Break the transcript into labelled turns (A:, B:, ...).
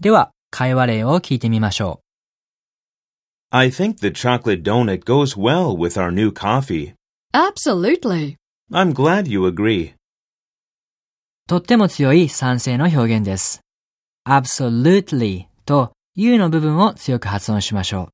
A: では、会話例を聞いてみましょ
B: I think the chocolate donut goes well with our new coffee.
C: Absolutely.
B: I'm glad you agree.
A: う。とっても強い賛成の表現です。absolutely と u の部分を強く発音しましょう。